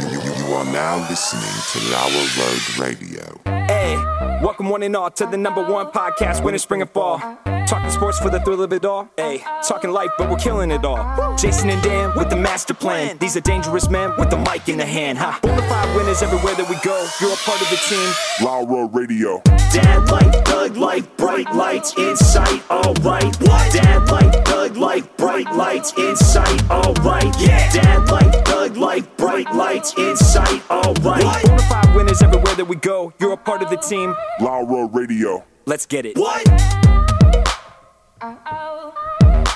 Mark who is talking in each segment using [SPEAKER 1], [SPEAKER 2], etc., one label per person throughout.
[SPEAKER 1] are now listening to Lower Road Radio.
[SPEAKER 2] Hey, welcome one and all to the number one podcast, winter, spring, and fall. Talking sports for the thrill of it all. Hey, talking life, but we're killing it all. Jason and Dan with the master plan. These are dangerous men with the mic in the hand. Ha! Bonafide winners everywhere that we go. You're a part of the team.
[SPEAKER 1] Lower Radio.
[SPEAKER 2] Dad life, thug life, bright lights in sight, alright. What? Dad life, thug life, bright lights in sight, alright. Yeah. Dad life, thug life, bright lights in sight, alright. Bonafide winners everywhere that we go. You're a part of the team.
[SPEAKER 1] Lower Radio.
[SPEAKER 2] Let's get it.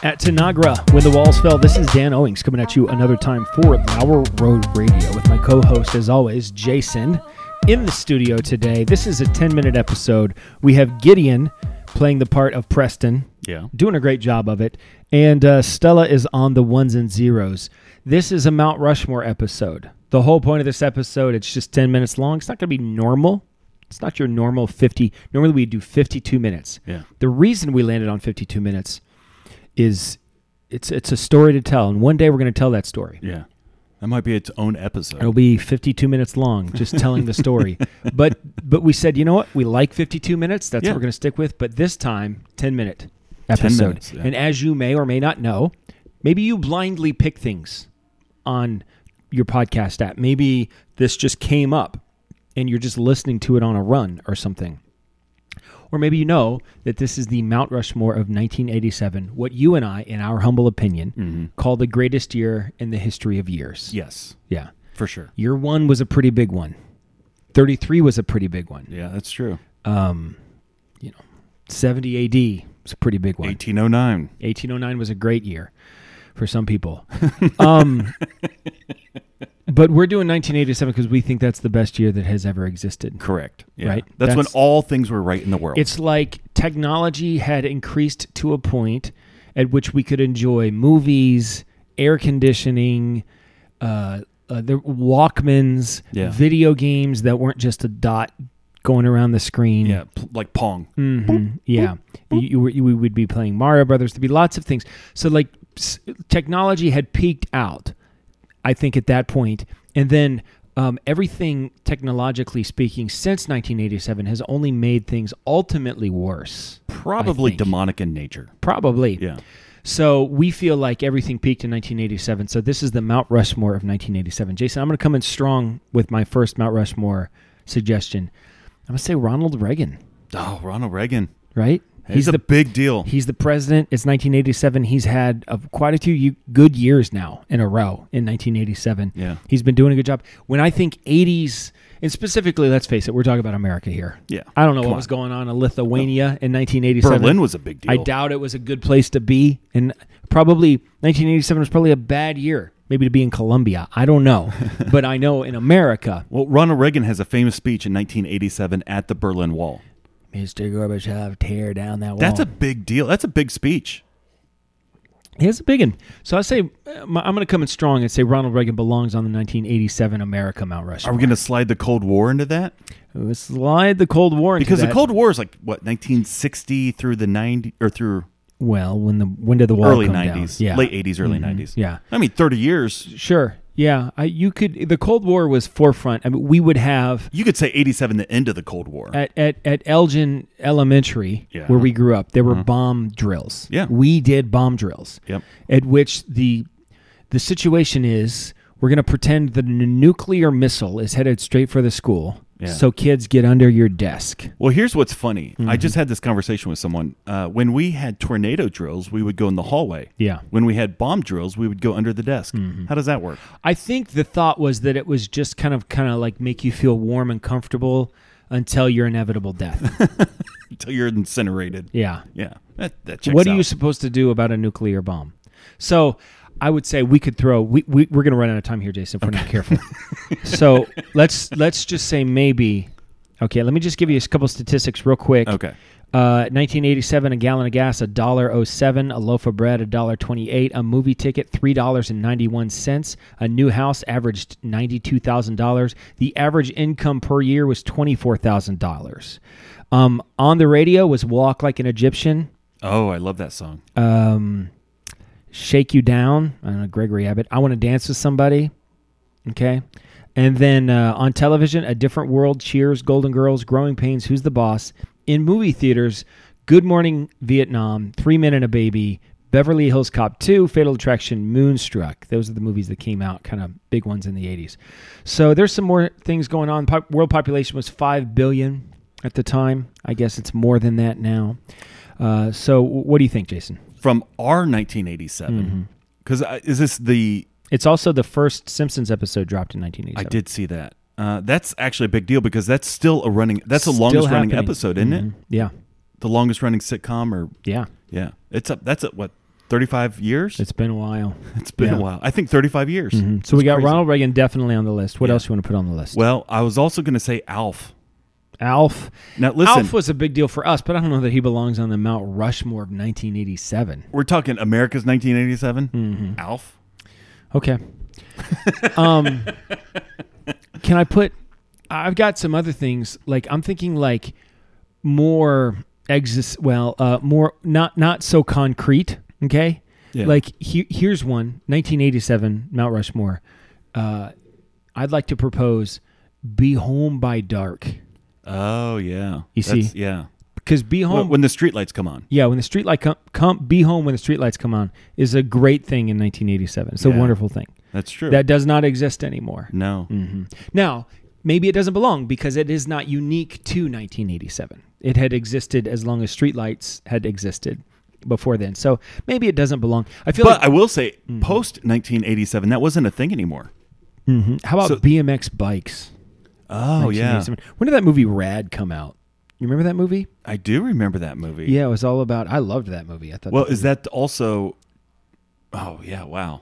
[SPEAKER 3] At Tanagra, when the walls fell, this is Dan Owings coming at you another time for Lower Road Radio with my co host, as always, Jason, in the studio today. This is a 10 minute episode. We have Gideon playing the part of Preston.
[SPEAKER 4] Yeah.
[SPEAKER 3] Doing a great job of it. And uh, Stella is on the ones and zeros. This is a Mount Rushmore episode. The whole point of this episode, it's just 10 minutes long. It's not going to be normal. It's not your normal 50. Normally we do 52 minutes.
[SPEAKER 4] Yeah.
[SPEAKER 3] The reason we landed on 52 minutes is it's it's a story to tell, and one day we're going to tell that story.
[SPEAKER 4] Yeah. That might be its own episode.
[SPEAKER 3] It'll be 52 minutes long, just telling the story. but but we said, you know what? We like 52 minutes. That's
[SPEAKER 4] Yeah.
[SPEAKER 3] what we're going to stick with. But this time, 10 minute episode.
[SPEAKER 4] minutes, yeah.
[SPEAKER 3] And as you may or may not know, maybe you blindly pick things on your podcast app. Maybe this just came up, and you're just listening to it on a run or something. Or maybe you know that this is the Mount Rushmore of 1987, what you and I, in our humble opinion,
[SPEAKER 4] Mm-hmm.
[SPEAKER 3] call the greatest year in the history of years.
[SPEAKER 4] yes,
[SPEAKER 3] Yeah.
[SPEAKER 4] for sure.
[SPEAKER 3] Year one was a pretty big one. 33 was a pretty big one.
[SPEAKER 4] Yeah, that's true.
[SPEAKER 3] 70 AD was a pretty big one.
[SPEAKER 4] 1809.
[SPEAKER 3] 1809 was a great year for some people. um, but we're doing 1987 because we think that's the best year that has ever existed.
[SPEAKER 4] Correct. Yeah.
[SPEAKER 3] Right.
[SPEAKER 4] That's, when
[SPEAKER 3] That's-
[SPEAKER 4] all things were right in the world.
[SPEAKER 3] It's like technology had increased to a point at which we could enjoy movies, air conditioning, uh, uh, the Walkmans,
[SPEAKER 4] Yeah.
[SPEAKER 3] video games that weren't just a dot going around the screen.
[SPEAKER 4] yeah, p- like Pong.
[SPEAKER 3] Mm, Yeah, you, you, were- you, we would be playing Mario Brothers. There'd be lots of things. So like, s- technology had peaked out, I think, at that point, and then um, everything technologically speaking since 1987 has only made things ultimately worse.
[SPEAKER 4] Probably
[SPEAKER 3] think.
[SPEAKER 4] demonic in nature.
[SPEAKER 3] Probably.
[SPEAKER 4] Yeah.
[SPEAKER 3] So we feel like everything peaked in 1987. So this is the Mount Rushmore of 1987. Jason, I'm going to come in strong with my first Mount Rushmore suggestion. I'm going to say Ronald Reagan,
[SPEAKER 4] Oh, Ronald Reagan.
[SPEAKER 3] right?
[SPEAKER 4] He's a big deal.
[SPEAKER 3] He's the president. It's 1987. He's had uh quite a few ye- good years now in a row in 1987.
[SPEAKER 4] Yeah.
[SPEAKER 3] He's been doing a good job. When I think 80s, and specifically, let's face it, we're talking about America here.
[SPEAKER 4] Yeah.
[SPEAKER 3] I don't know
[SPEAKER 4] Come
[SPEAKER 3] what
[SPEAKER 4] on.
[SPEAKER 3] was going on in Lithuania in 1987.
[SPEAKER 4] Berlin was a big deal.
[SPEAKER 3] I doubt it was a good place to be. And probably 1987 was probably a bad year, maybe to be in Colombia. I don't know. but I know in America,
[SPEAKER 4] Well, Ronald Reagan has a famous speech in 1987 at the Berlin Wall.
[SPEAKER 3] Mr. Gorbachev, tear down that wall.
[SPEAKER 4] That's a big deal. That's a big speech.
[SPEAKER 3] Here's a big one. So I say uh, my, I'm going to come in strong and say Ronald Reagan belongs on the 1987 America Mount
[SPEAKER 4] Are
[SPEAKER 3] Rushmore.
[SPEAKER 4] we going to slide the Cold War into that?
[SPEAKER 3] Let's slide the Cold War into
[SPEAKER 4] Because
[SPEAKER 3] that.
[SPEAKER 4] the Cold War is like what 1960 through the 90 or through
[SPEAKER 3] well, when the when did the wall
[SPEAKER 4] early
[SPEAKER 3] come down?
[SPEAKER 4] 90s,
[SPEAKER 3] Yeah, Mm-hmm.
[SPEAKER 4] late 80s, early 90s.
[SPEAKER 3] Yeah.
[SPEAKER 4] I mean, 30 years.
[SPEAKER 3] Sure. Yeah, I, you could. The Cold War was forefront. I mean, we would have
[SPEAKER 4] You could say 87, the end of the Cold War.
[SPEAKER 3] at at, at Elgin Elementary,
[SPEAKER 4] Yeah. Uh-huh.
[SPEAKER 3] where we grew up, there were bomb drills.
[SPEAKER 4] Yeah.
[SPEAKER 3] we did bomb drills.
[SPEAKER 4] Yep.
[SPEAKER 3] At which the the situation is we're going to pretend that a nuclear missile is headed straight for the school,
[SPEAKER 4] Yeah.
[SPEAKER 3] so kids get under your desk.
[SPEAKER 4] Well, here's what's funny. I
[SPEAKER 3] Mm-hmm.
[SPEAKER 4] just had this conversation with someone. Uh, when we had tornado drills, we would go in the hallway.
[SPEAKER 3] Yeah. Mm-hmm.
[SPEAKER 4] When we had bomb drills, we would go under the desk. How does that work?
[SPEAKER 3] I think the thought was that it was just kind of kind of like make you feel warm and comfortable until your inevitable death.
[SPEAKER 4] Until you're incinerated.
[SPEAKER 3] yeah.
[SPEAKER 4] Yeah. That, that checks
[SPEAKER 3] what are
[SPEAKER 4] out.
[SPEAKER 3] you supposed to do about a nuclear bomb? So I would say we could throw we, we we're gonna run out of time here, Jason, if we're not careful. so let's let's just say maybe okay, let me just give you a couple statistics real quick.
[SPEAKER 4] Okay.
[SPEAKER 3] Uh, 1987, a gallon of gas, a dollar oh seven. A loaf of bread, a dollar twenty-eight. A movie ticket, three dollars and ninety-one cents. A new house averaged ninety-two thousand dollars. The average income per year was twenty-four thousand dollars. Um, on the radio was "Walk Like an Egyptian."
[SPEAKER 4] Oh, I love that song.
[SPEAKER 3] Uh, um, Shake You Down. I don't know, Gregory Abbott. I Want to Dance with Somebody. Okay. And then uh, on television, A Different World, Cheers, Golden Girls, Growing Pains, Who's the Boss? In movie theaters, Good Morning Vietnam, Three Men and a Baby, Beverly Hills Cop 2, Fatal Attraction, Moonstruck. Those are the movies that came out, kind of big ones in the 80s. So there's some more things going on. Pop- world population was 5 billion at the time. I guess it's more than that now. Uh, so what do you think, Jason?
[SPEAKER 4] from our
[SPEAKER 3] mm-hmm.
[SPEAKER 4] 1987. Because uh, is this the?
[SPEAKER 3] It's also the first Simpsons episode dropped in
[SPEAKER 4] I
[SPEAKER 3] 1987.
[SPEAKER 4] did see that. Uh, that's actually a big deal because that's still a running. That's the
[SPEAKER 3] Still
[SPEAKER 4] longest running
[SPEAKER 3] happening. Mm-hmm.
[SPEAKER 4] episode, isn't it?
[SPEAKER 3] Yeah.
[SPEAKER 4] The longest running sitcom, or
[SPEAKER 3] Yeah.
[SPEAKER 4] yeah, it's up. That's at what 35 years.
[SPEAKER 3] It's been a while.
[SPEAKER 4] it's been
[SPEAKER 3] yeah. Mm-hmm.
[SPEAKER 4] a while. I think 35 years.
[SPEAKER 3] So we got
[SPEAKER 4] crazy.
[SPEAKER 3] Ronald Reagan definitely on the list. What else you want to put on the list?
[SPEAKER 4] Well, I was also going to say Alf.
[SPEAKER 3] Alf.
[SPEAKER 4] Now, listen.
[SPEAKER 3] Alf was a big deal for us, but I don't know that he belongs on the Mount Rushmore of 1987.
[SPEAKER 4] We're talking America's 1987.
[SPEAKER 3] Mm-hmm.
[SPEAKER 4] Alf.
[SPEAKER 3] Okay. um, can I put? I've got some other things. Like I'm thinking, like more exis. Well, uh, more not not so concrete. Okay.
[SPEAKER 4] Yeah.
[SPEAKER 3] Like he, here's one. 1987 Mount Rushmore. Uh, I'd like to propose "Be Home by Dark"
[SPEAKER 4] Oh yeah.
[SPEAKER 3] You
[SPEAKER 4] That's-
[SPEAKER 3] see? Um,
[SPEAKER 4] Yeah.
[SPEAKER 3] because "Be Home"
[SPEAKER 4] When- When the streetlights come on.
[SPEAKER 3] Yeah, when the street light come, come be home when the street lights come on is a great thing in 1987. It's a
[SPEAKER 4] Yeah.
[SPEAKER 3] wonderful thing
[SPEAKER 4] That's true.
[SPEAKER 3] that Mm-hmm. does not exist anymore.
[SPEAKER 4] no.
[SPEAKER 3] Now, maybe it doesn't belong because it is not unique to 1987. It had existed as long as streetlights had existed before then. So maybe it doesn't belong. I feel
[SPEAKER 4] But
[SPEAKER 3] like
[SPEAKER 4] I will say,
[SPEAKER 3] Mm-hmm.
[SPEAKER 4] post 1987, that wasn't a thing anymore.
[SPEAKER 3] how about
[SPEAKER 4] so-
[SPEAKER 3] BMX bikes?
[SPEAKER 4] Oh yeah,
[SPEAKER 3] 1987. When did that movie Rad come out? You remember that movie?
[SPEAKER 4] I do remember that movie.
[SPEAKER 3] Yeah, it was all about. I loved that movie. I thought
[SPEAKER 4] Well,
[SPEAKER 3] that-
[SPEAKER 4] is that also? Oh yeah, wow.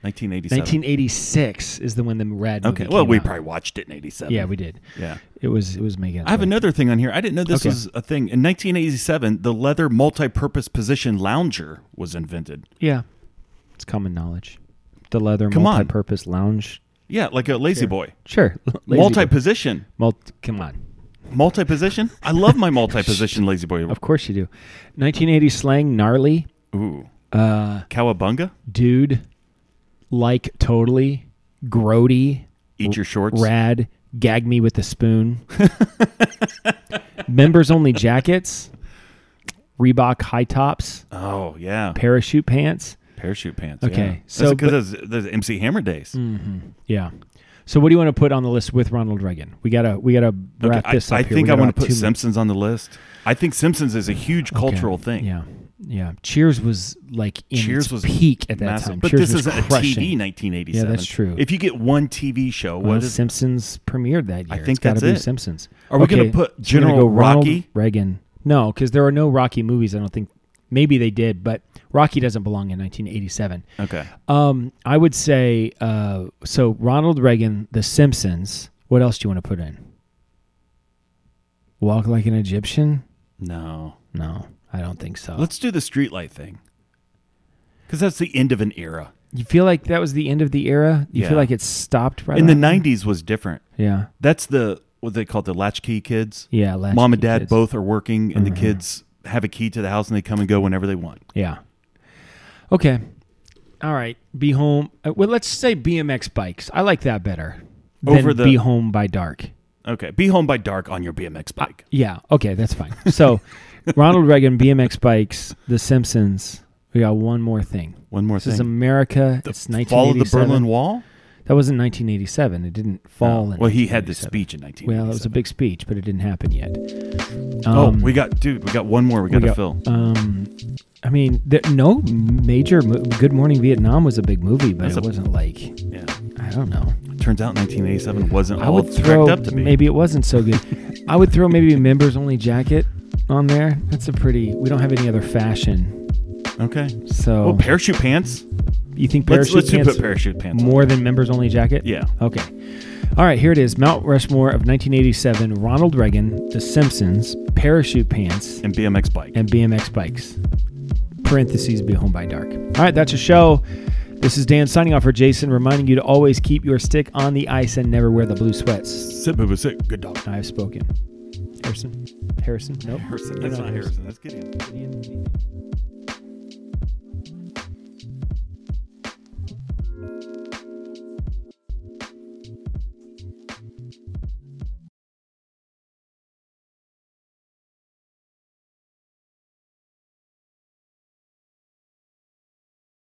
[SPEAKER 4] 1987.
[SPEAKER 3] 1986 is the one the Rad. Movie
[SPEAKER 4] okay. Well,
[SPEAKER 3] came
[SPEAKER 4] we
[SPEAKER 3] out.
[SPEAKER 4] probably watched it in 87.
[SPEAKER 3] yeah we did.
[SPEAKER 4] Yeah.
[SPEAKER 3] It was it was Megan.
[SPEAKER 4] I have another thing on here. I didn't know this
[SPEAKER 3] Okay.
[SPEAKER 4] was a thing. In 1987, the leather multi-purpose position lounger was invented.
[SPEAKER 3] Yeah. It's common knowledge. The leather
[SPEAKER 4] Come on.
[SPEAKER 3] multi-purpose lounge.
[SPEAKER 4] Yeah, like a lazy boy.
[SPEAKER 3] Sure. Lazy boy.
[SPEAKER 4] Multi-position.
[SPEAKER 3] Mul- come on.
[SPEAKER 4] Multi-position? I love my multi-position lazy boy.
[SPEAKER 3] Of course you do. 1980 slang gnarly,
[SPEAKER 4] Ooh. Uh, Cowabunga?
[SPEAKER 3] dude, like totally, grody,
[SPEAKER 4] Eat your shorts.
[SPEAKER 3] rad, gag me with a spoon. Members only jackets, Reebok high tops,
[SPEAKER 4] Oh, yeah.
[SPEAKER 3] parachute pants.
[SPEAKER 4] Parachute pants.
[SPEAKER 3] Okay,
[SPEAKER 4] Yeah.
[SPEAKER 3] so,
[SPEAKER 4] So
[SPEAKER 3] but- Hmm.
[SPEAKER 4] because there's MC Hammer days.
[SPEAKER 3] Yeah. So what do you want to put on the list with Ronald Reagan? We gotta we gotta
[SPEAKER 4] Okay,
[SPEAKER 3] wrap
[SPEAKER 4] I,
[SPEAKER 3] this up
[SPEAKER 4] I
[SPEAKER 3] here.
[SPEAKER 4] think
[SPEAKER 3] We
[SPEAKER 4] I
[SPEAKER 3] got
[SPEAKER 4] want to
[SPEAKER 3] about
[SPEAKER 4] put
[SPEAKER 3] two minutes.
[SPEAKER 4] Simpsons on the list. I think Simpsons is a huge cultural
[SPEAKER 3] Okay.
[SPEAKER 4] thing.
[SPEAKER 3] Yeah, yeah. Cheers was like in
[SPEAKER 4] Cheers
[SPEAKER 3] its
[SPEAKER 4] was
[SPEAKER 3] peak at that
[SPEAKER 4] massive.
[SPEAKER 3] time.
[SPEAKER 4] But
[SPEAKER 3] Cheers
[SPEAKER 4] this
[SPEAKER 3] was
[SPEAKER 4] isn't
[SPEAKER 3] crushing.
[SPEAKER 4] a TV 1987.
[SPEAKER 3] Yeah, that's true.
[SPEAKER 4] If you get one TV show,
[SPEAKER 3] Well,
[SPEAKER 4] what is
[SPEAKER 3] Simpsons premiered that year.
[SPEAKER 4] I think
[SPEAKER 3] it's gotta
[SPEAKER 4] that's
[SPEAKER 3] be
[SPEAKER 4] it.
[SPEAKER 3] Simpsons.
[SPEAKER 4] Are we gonna
[SPEAKER 3] Okay,
[SPEAKER 4] put
[SPEAKER 3] so we're
[SPEAKER 4] General
[SPEAKER 3] gonna go Ronald
[SPEAKER 4] Rocky?
[SPEAKER 3] Reagan? No, because there are no Rocky movies. I don't think. Maybe they did, but Rocky doesn't belong in 1987.
[SPEAKER 4] okay?
[SPEAKER 3] Um, I would say uh, so. Ronald Reagan, The Simpsons. What else do you want to put in? Walk like an Egyptian?
[SPEAKER 4] No,
[SPEAKER 3] No, I don't think so.
[SPEAKER 4] let's do the streetlight thing because that's the end of an era.
[SPEAKER 3] you feel like that was the end of the era? You
[SPEAKER 4] Yeah.
[SPEAKER 3] feel like it stopped right
[SPEAKER 4] In the
[SPEAKER 3] around then?
[SPEAKER 4] '90s was different.
[SPEAKER 3] Yeah.
[SPEAKER 4] That's the what they call the latchkey kids.
[SPEAKER 3] Yeah, latchkey
[SPEAKER 4] mom and dad
[SPEAKER 3] kids. Uh-huh.
[SPEAKER 4] both are working, and the kids have a key to the house and they come and go whenever they want.
[SPEAKER 3] Yeah. Okay. All right. Be home. uh, Well, let's say BMX bikes. I like that better. than
[SPEAKER 4] Over the-
[SPEAKER 3] be home by dark.
[SPEAKER 4] Okay, be home by dark on your BMX bike.
[SPEAKER 3] Yeah. Okay, that's fine. So, Ronald Reagan, BMX bikes, The Simpsons. We got one more thing.
[SPEAKER 4] One more
[SPEAKER 3] This
[SPEAKER 4] thing.
[SPEAKER 3] is America. it's
[SPEAKER 4] Fall of
[SPEAKER 3] 1987.
[SPEAKER 4] the Berlin Wall.
[SPEAKER 3] That was in 1987. It didn't fall. in
[SPEAKER 4] Well, he had the
[SPEAKER 3] 1987.
[SPEAKER 4] speech in 1987.
[SPEAKER 3] Well, it was a big speech, but it didn't happen yet.
[SPEAKER 4] Oh,
[SPEAKER 3] Um,
[SPEAKER 4] we got dude. We got one more. We got
[SPEAKER 3] we
[SPEAKER 4] to
[SPEAKER 3] got-
[SPEAKER 4] fill.
[SPEAKER 3] Um, I mean, there, no major. Mo- Good Morning Vietnam was a big movie, but
[SPEAKER 4] That's
[SPEAKER 3] it
[SPEAKER 4] a-
[SPEAKER 3] wasn't like
[SPEAKER 4] yeah.
[SPEAKER 3] I don't know.
[SPEAKER 4] Turns out 1987 wasn't
[SPEAKER 3] I
[SPEAKER 4] all
[SPEAKER 3] would
[SPEAKER 4] it's
[SPEAKER 3] throw
[SPEAKER 4] cracked up to be.
[SPEAKER 3] maybe it wasn't so good. I would throw maybe members only jacket on there. That's a pretty. We don't have any other fashion,
[SPEAKER 4] Okay.
[SPEAKER 3] so
[SPEAKER 4] Oh, parachute pants.
[SPEAKER 3] you think
[SPEAKER 4] Let's
[SPEAKER 3] parachute
[SPEAKER 4] let's do
[SPEAKER 3] pants
[SPEAKER 4] put parachute pants. on.
[SPEAKER 3] more than members only jacket?
[SPEAKER 4] Yeah.
[SPEAKER 3] Okay. All right, here it is. Mount Rushmore of 1987. Ronald Reagan, The Simpsons, parachute pants,
[SPEAKER 4] And BMX bike.
[SPEAKER 3] and BMX bikes. Parentheses be home by dark. All right, that's a show. This is Dan signing off for Jason, reminding you to always keep your stick on the ice and never wear the blue sweats.
[SPEAKER 4] Sit, boo, boo, sit. Good dog.
[SPEAKER 3] I've spoken. Harrison? Harrison? Nope.
[SPEAKER 4] Harrison. That's
[SPEAKER 3] No,
[SPEAKER 4] not
[SPEAKER 3] no,
[SPEAKER 4] Harrison. That's Gideon.
[SPEAKER 3] Harrison.